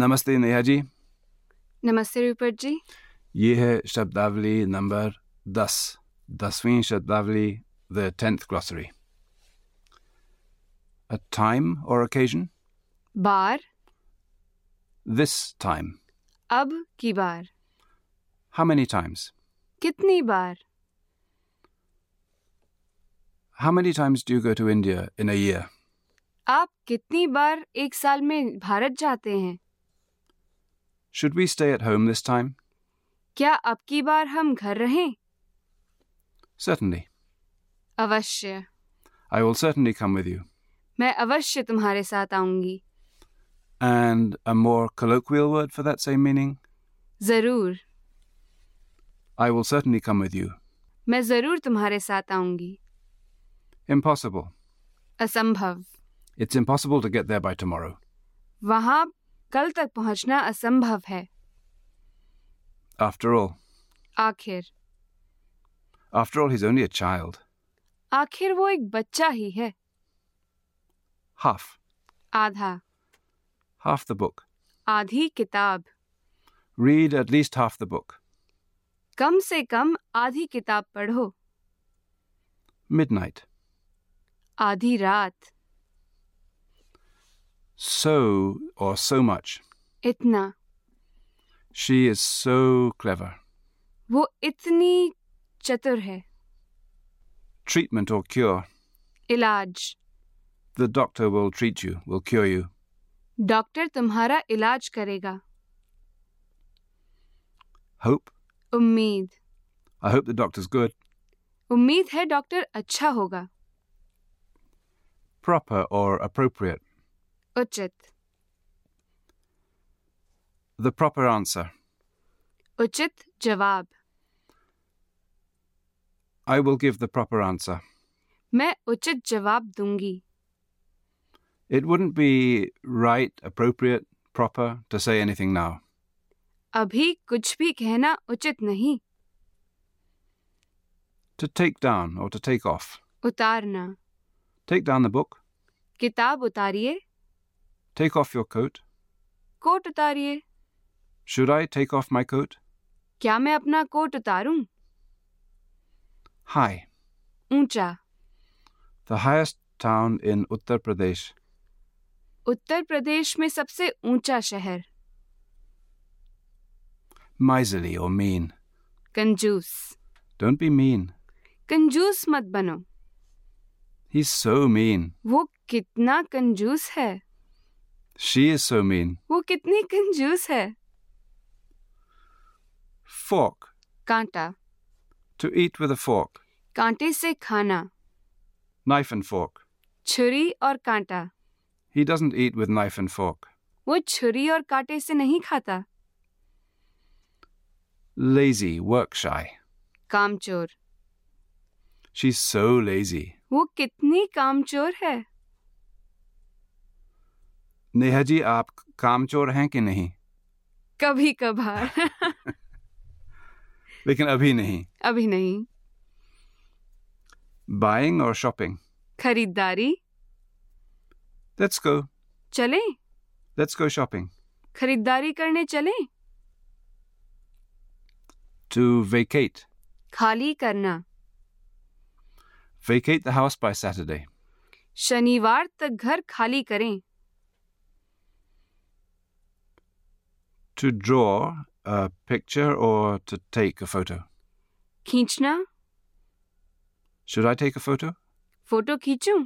नमस्ते नेहा जी नमस्ते रूपट जी ये है शब्दावली नंबर दस दसवीं शब्दावली the 10th glossary. A time or occasion? Bar This time. अब की बार How many times? कितनी बार How many times do you go to India in a year? आप कितनी बार एक साल में भारत जाते हैं Should we stay at home this time? क्या अब की बार हम घर रहें Certainly. अवश्य I will certainly come with you. मैं अवश्य तुम्हारे साथ आऊंगी And a more colloquial word for that same meaning? जरूर I will certainly come with you. मैं जरूर तुम्हारे साथ आऊंगी Impossible. असंभव It's impossible to get there by tomorrow. वहाँ कल तक पहुँचना असंभव है After all. आखिर After all, he's only a child. आखिर वो एक बच्चा ही है Half. आधा Half the book. आधी किताब Read at least half the book. कम से कम आधी किताब पढ़ो Midnight. आधी रात so or so much. इतना She is so clever. वो इतनी चतुर है Treatment or cure. इलाज The doctor will treat you, will cure you. Doctor तुम्हारा इलाज करेगा Hope. उम्मीद I hope the doctor's good. उम्मीद है डॉक्टर अच्छा होगा Proper or appropriate. उचित The proper answer. उचित जवाब I will give the proper answer. मैं उचित जवाब दूंगी It wouldn't be right, appropriate, proper to say anything now. अभी कुछ भी कहना उचित नहीं To take down or to take off. उतारना Take down the book. किताब उतारिए Take off your coat. Coat उतारिए Should I take off my coat? क्या मैं अपना कोट उतारूं High. ऊंचा The highest town in Uttar Pradesh. Uttar Pradesh में सबसे ऊंचा शहर Miserly or mean. कंजूस Don't be mean. कंजूस मत बनो He's so mean. वो कितना कंजूस है She is so mean. वो कितनी कंजूस है Fork. कांटा To eat with a fork. कांटे से खाना Knife and fork. छुरी और कांटा He doesn't eat with knife and fork. वो छुरी और कांटे से नहीं खाता Lazy, work shy. कामचोर She's so lazy. वो कितनी कामचोर है नेहा जी आप कामचोर हैं कि नहीं कभी कभार लेकिन अभी नहीं अभी नहीं बाइंग और शॉपिंग खरीदारी लेट्स गो चले लेट्स गो शॉपिंग खरीदारी करने चले टू वेकेट खाली करना vacate the house by Saturday शनिवार तक घर खाली करें टू ड्रॉ अ पिक्चर और टू टेक अ फोटो खींचना should I take a photo photo खींचूं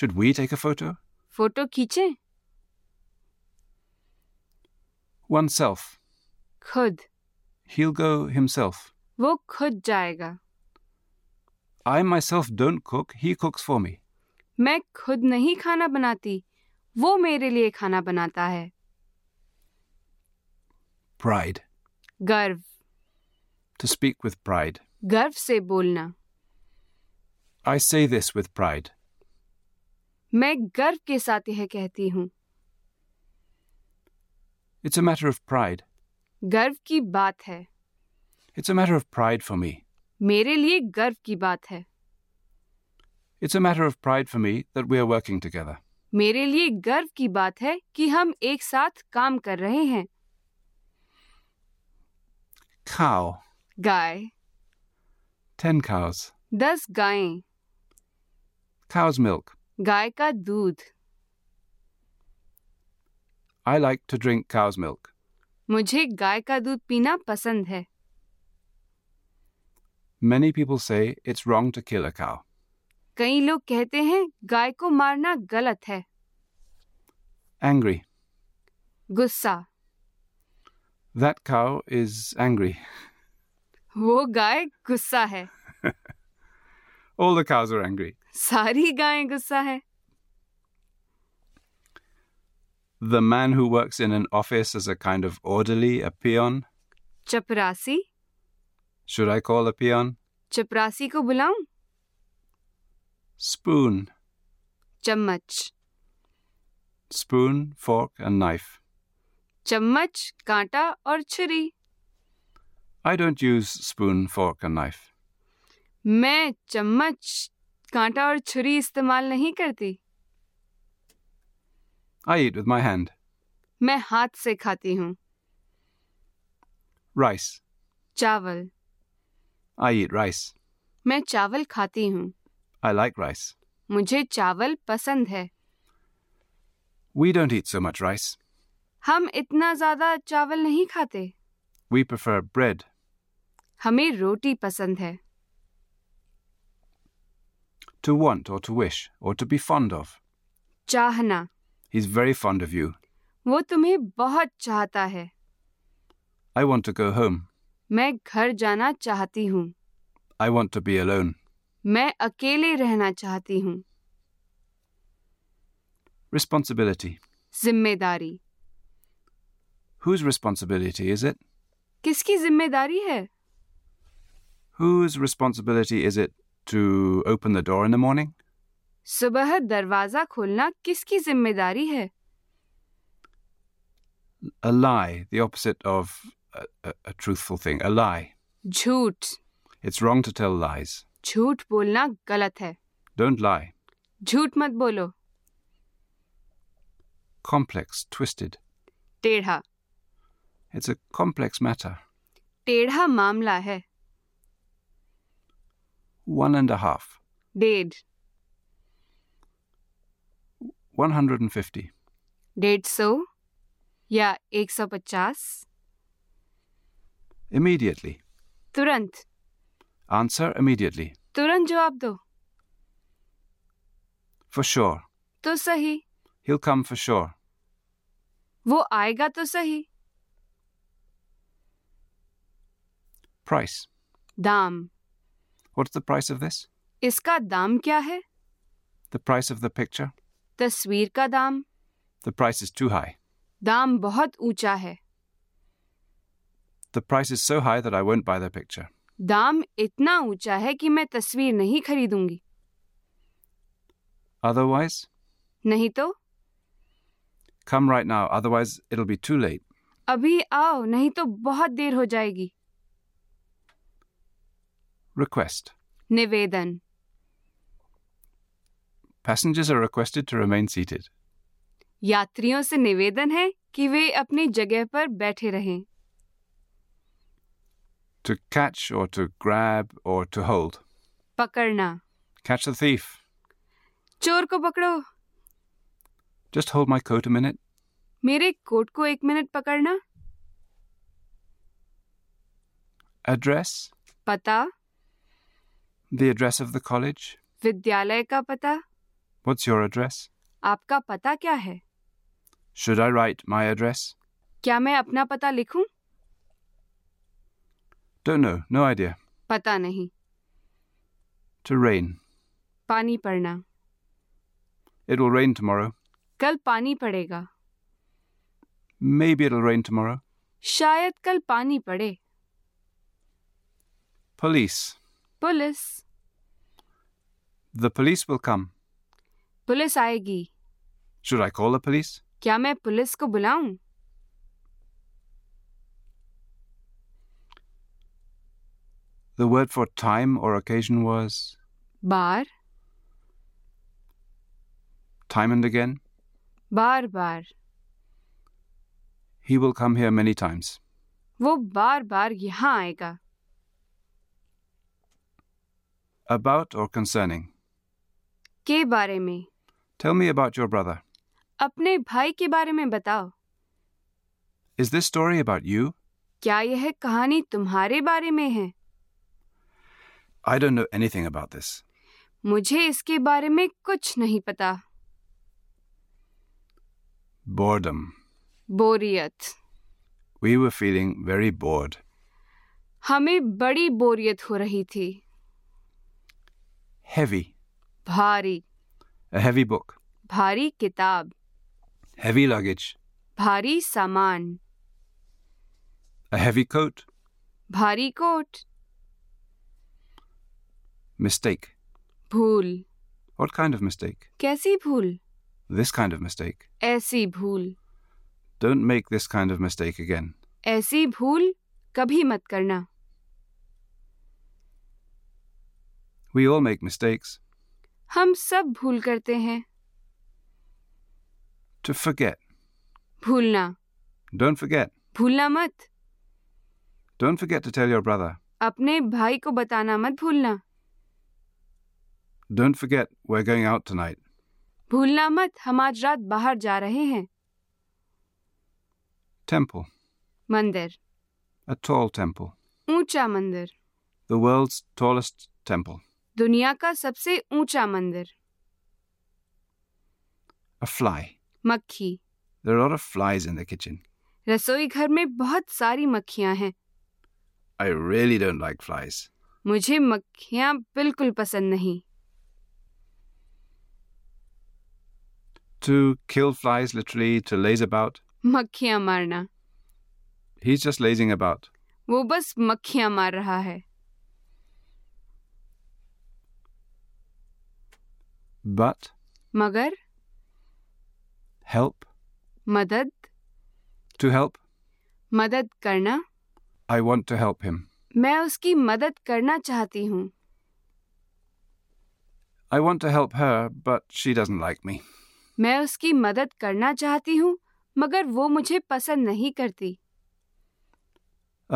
should we take a photo photo खींचे वन सेल्फ खुद He'll go himself. वो खुद जाएगा I myself don't cook, he cooks for me. मैं खुद नहीं खाना बनाती वो मेरे लिए खाना बनाता है Pride. गर्व To speak with pride. गर्व से बोलना I say this with pride. मैं गर्व के साथ यह कहती हूँ It's a matter of pride. गर्व की बात है It's a matter of pride for me. मेरे लिए गर्व की बात है It's a matter of pride for me that we are working together. मेरे लिए गर्व की बात है कि हम एक साथ काम कर रहे हैं Cow. गाय Ten cows. दस गायें Cow's milk. गाय का दूध I like to drink cow's milk. मुझे गाय का दूध पीना पसंद है Many people say it's wrong to kill a cow. कई लोग कहते हैं गाय को मारना गलत है Angry. गुस्सा That cow is angry. वो गाय गुस्सा है All the cows are angry. सारी गायें गुस्सा है The man who works in an office as a kind of orderly, a peon. चपरासी Should I call a peon? चपरासी को बुलाऊं Spoon. चम्मच Spoon, fork, and knife. चम्मच कांटा और छुरी I don't use spoon, fork, and knife. मैं चम्मच कांटा और छुरी इस्तेमाल नहीं करती I eat with my hand. मैं हाथ से खाती हूँ Rice. चावल I eat rice. मैं चावल खाती हूँ I like rice. मुझे चावल पसंद है We don't eat so much rice. हम इतना ज्यादा चावल नहीं खाते We prefer bread. हमें रोटी पसंद है To want or to wish or to be fond of. चाहना He's very fond of you. वो तुम्हें बहुत चाहता है I want to go home. मैं घर जाना चाहती हूँ I want to be alone. मैं अकेले रहना चाहती हूँ Responsibility. जिम्मेदारी Whose responsibility is it? किसकी जिम्मेदारी है Whose responsibility is it to open the door in the morning? सुबह दरवाजा खोलना किसकी जिम्मेदारी है A lie, the opposite of a, a, a truthful thing. A lie. झूठ It's wrong to tell lies. झूठ बोलना गलत है Don't lie. झूठ मत बोलो Complex, twisted. टेढ़ा It's a complex matter. टेढ़ा मामला है One and a half. डेढ़ 150. डेढ़ सौ या एक सौ पचास Immediately. तुरंत Answer immediately. तुरंत जवाब दो For sure. तो सही He'll come for sure. वो आएगा तो सही Price. दाम What's the price of this? इसका दाम क्या है The price of the picture? तस्वीर का दाम The price is too high. दाम बहुत ऊंचा है The price is so high that I won't buy the picture. दाम इतना ऊंचा है कि मैं तस्वीर नहीं खरीदूंगी Otherwise, नहीं तो come right now, otherwise, it'll be too late. अभी आओ नहीं तो बहुत देर हो जाएगी Request. निवेदन Passengers are requested to remain seated. यात्रियों से निवेदन है कि वे अपनी जगह पर बैठे रहें To catch or to grab or to hold. पकड़ना Catch the thief. चोर को पकड़ो Just hold my coat a minute. मेरे कोट को एक मिनट पकड़ना Address. पता The address of the college. विद्यालय का पता What's your address? आपका पता क्या है Should I write my address? क्या मैं अपना पता लिखूं? Don't know. No idea. पता नहीं To rain. पानी पड़ना It will rain tomorrow. कल पानी पड़ेगा Maybe it'll rain tomorrow. शायद कल पानी पड़े Police. Police The police will come. Police आएगी Should I call the police? क्या मैं पुलिस को बुलाऊं? The word for time or occasion was बार time and again. बार बार He will come here many times. वो बार बार यहाँ आएगा About or concerning? के बारे में Tell me about your brother. अपने भाई के बारे में बताओ Is this story about you? क्या यह कहानी तुम्हारे बारे में है I don't know anything about this. मुझे इसके बारे में कुछ नहीं पता Boredom. बोरियत We were feeling very bored. हमें बड़ी बोरियत हो रही थी Heavy. भारी A heavy book. भारी किताब Heavy luggage. भारी सामान A heavy coat. भारी कोट Mistake. भूल What kind of mistake? कैसी भूल This kind of mistake. ऐसी भूल Don't make this kind of mistake again. ऐसी भूल कभी मत करना We all make mistakes. हम सब भूल करते हैं To forget. भूलना Don't forget. भूलना मत Don't forget to tell your brother. अपने भाई को बताना मत भूलना Don't forget we're going out tonight. भूलना मत हम आज रात बाहर जा रहे हैं Temple. मंदिर A tall temple. ऊंचा मंदिर The world's tallest temple. दुनिया का सबसे ऊंचा मंदिर A fly. मक्खी There are a lot of flies in the kitchen. रसोई घर में बहुत सारी मक्खियां हैं I really don't like flies. मुझे मक्खियां बिल्कुल पसंद नहीं To kill flies, literally, to laze about. मक्खियां मारना He's just lazing about. वो बस मक्खियां मार रहा है But मगर help. मदद To help. मदद करना I want to help him. मैं उसकी मदद करना चाहती हूँ I want to help her, but she doesn't like me. मैं उसकी मदद करना चाहती हूँ मगर वो मुझे पसंद नहीं करती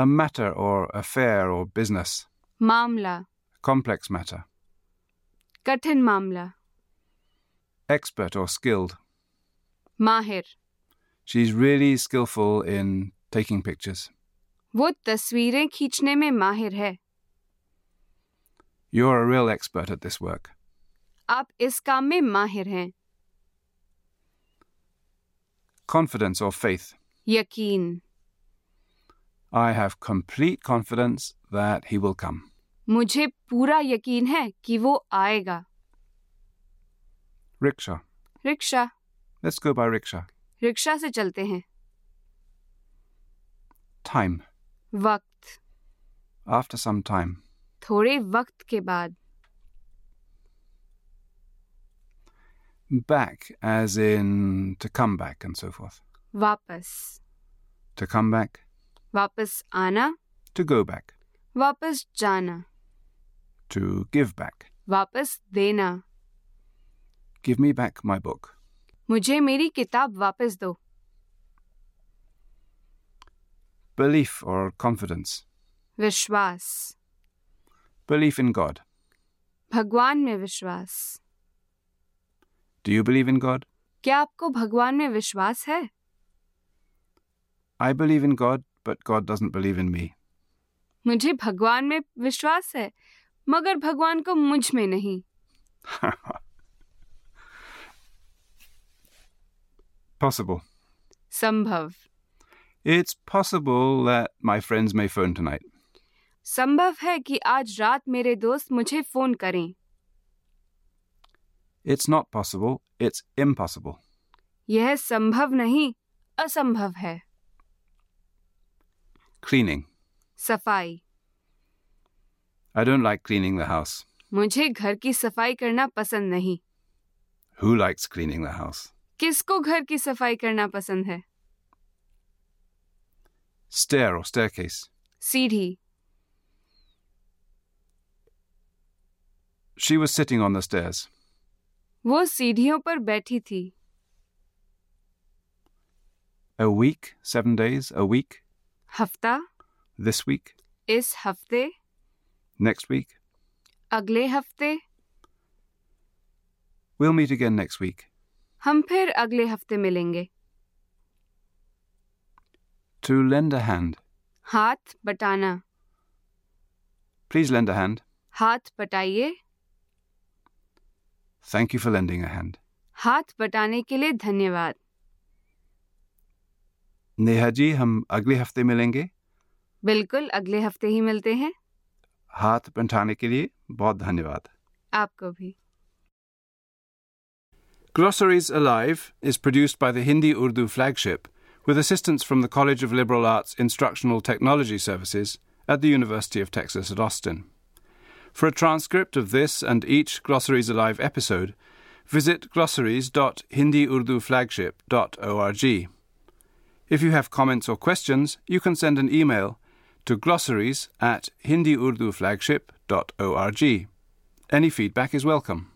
A matter or affair or business. मामला Complex matter. कठिन मामला Expert or skilled. माहिर She's really skillful in taking pictures. वो तस्वीरें खींचने में माहिर है You're a real expert at this work. आप इस काम में माहिर हैं Confidence or faith. यकीन I have complete confidence that he will come. मुझे पूरा यकीन है कि वो आएगा Rickshaw. Rickshaw Let's go by rickshaw. Rickshaw से चलते हैं Time. वक्त After some time. थोड़े वक्त के बाद Back, as in to come back and so forth. वापस To come back. वापस आना To go back. वापस जाना To give back. वापस देना Give me back my book. मुझे मेरी किताब वापस दो Belief or confidence. विश्वास Belief in God. भगवान में विश्वास Do you believe in God? क्या आपको भगवान में विश्वास है I believe in God, but God doesn't believe in me. मुझे भगवान में विश्वास है मगर भगवान को मुझ में नहीं Possible. संभव It's possible that my friends may phone tonight. संभव है कि आज रात मेरे दोस्त मुझे फोन करें It's not possible, it's impossible. यह संभव नहीं असंभव है Cleaning. सफाई I don't like cleaning the house. मुझे घर की सफाई करना पसंद नहीं Who likes cleaning the house? किसको घर की सफाई करना पसंद है Stair or staircase. सीढ़ी She was sitting on the stairs. वो सीढ़ियों पर बैठी थी A week, seven days, a week, हफ्ता this week, इस हफ्ते next week. अगले हफ्ते We'll meet again next week. हम फिर अगले हफ्ते मिलेंगे To lend a hand. हाथ बटाना Please lend a hand. हाथ बटाइए Thank you for lending a hand. हाथ बटाने के लिए धन्यवाद नेहा जी हम अगले हफ्ते मिलेंगे बिल्कुल अगले हफ्ते ही मिलते हैं हाथ पहुँचाने के लिए बहुत धन्यवाद आपको भी Glossaries Alive is produced by the Hindi Urdu flagship with assistance from the College of Liberal Arts Instructional Technology Services at the University of Texas at Austin. For a transcript of this and each Glossaries Alive episode, visit glossaries.hindiurduflagship.org. If you have comments or questions, you can send an email to glossaries at hindiurduflagship.org. Any feedback is welcome.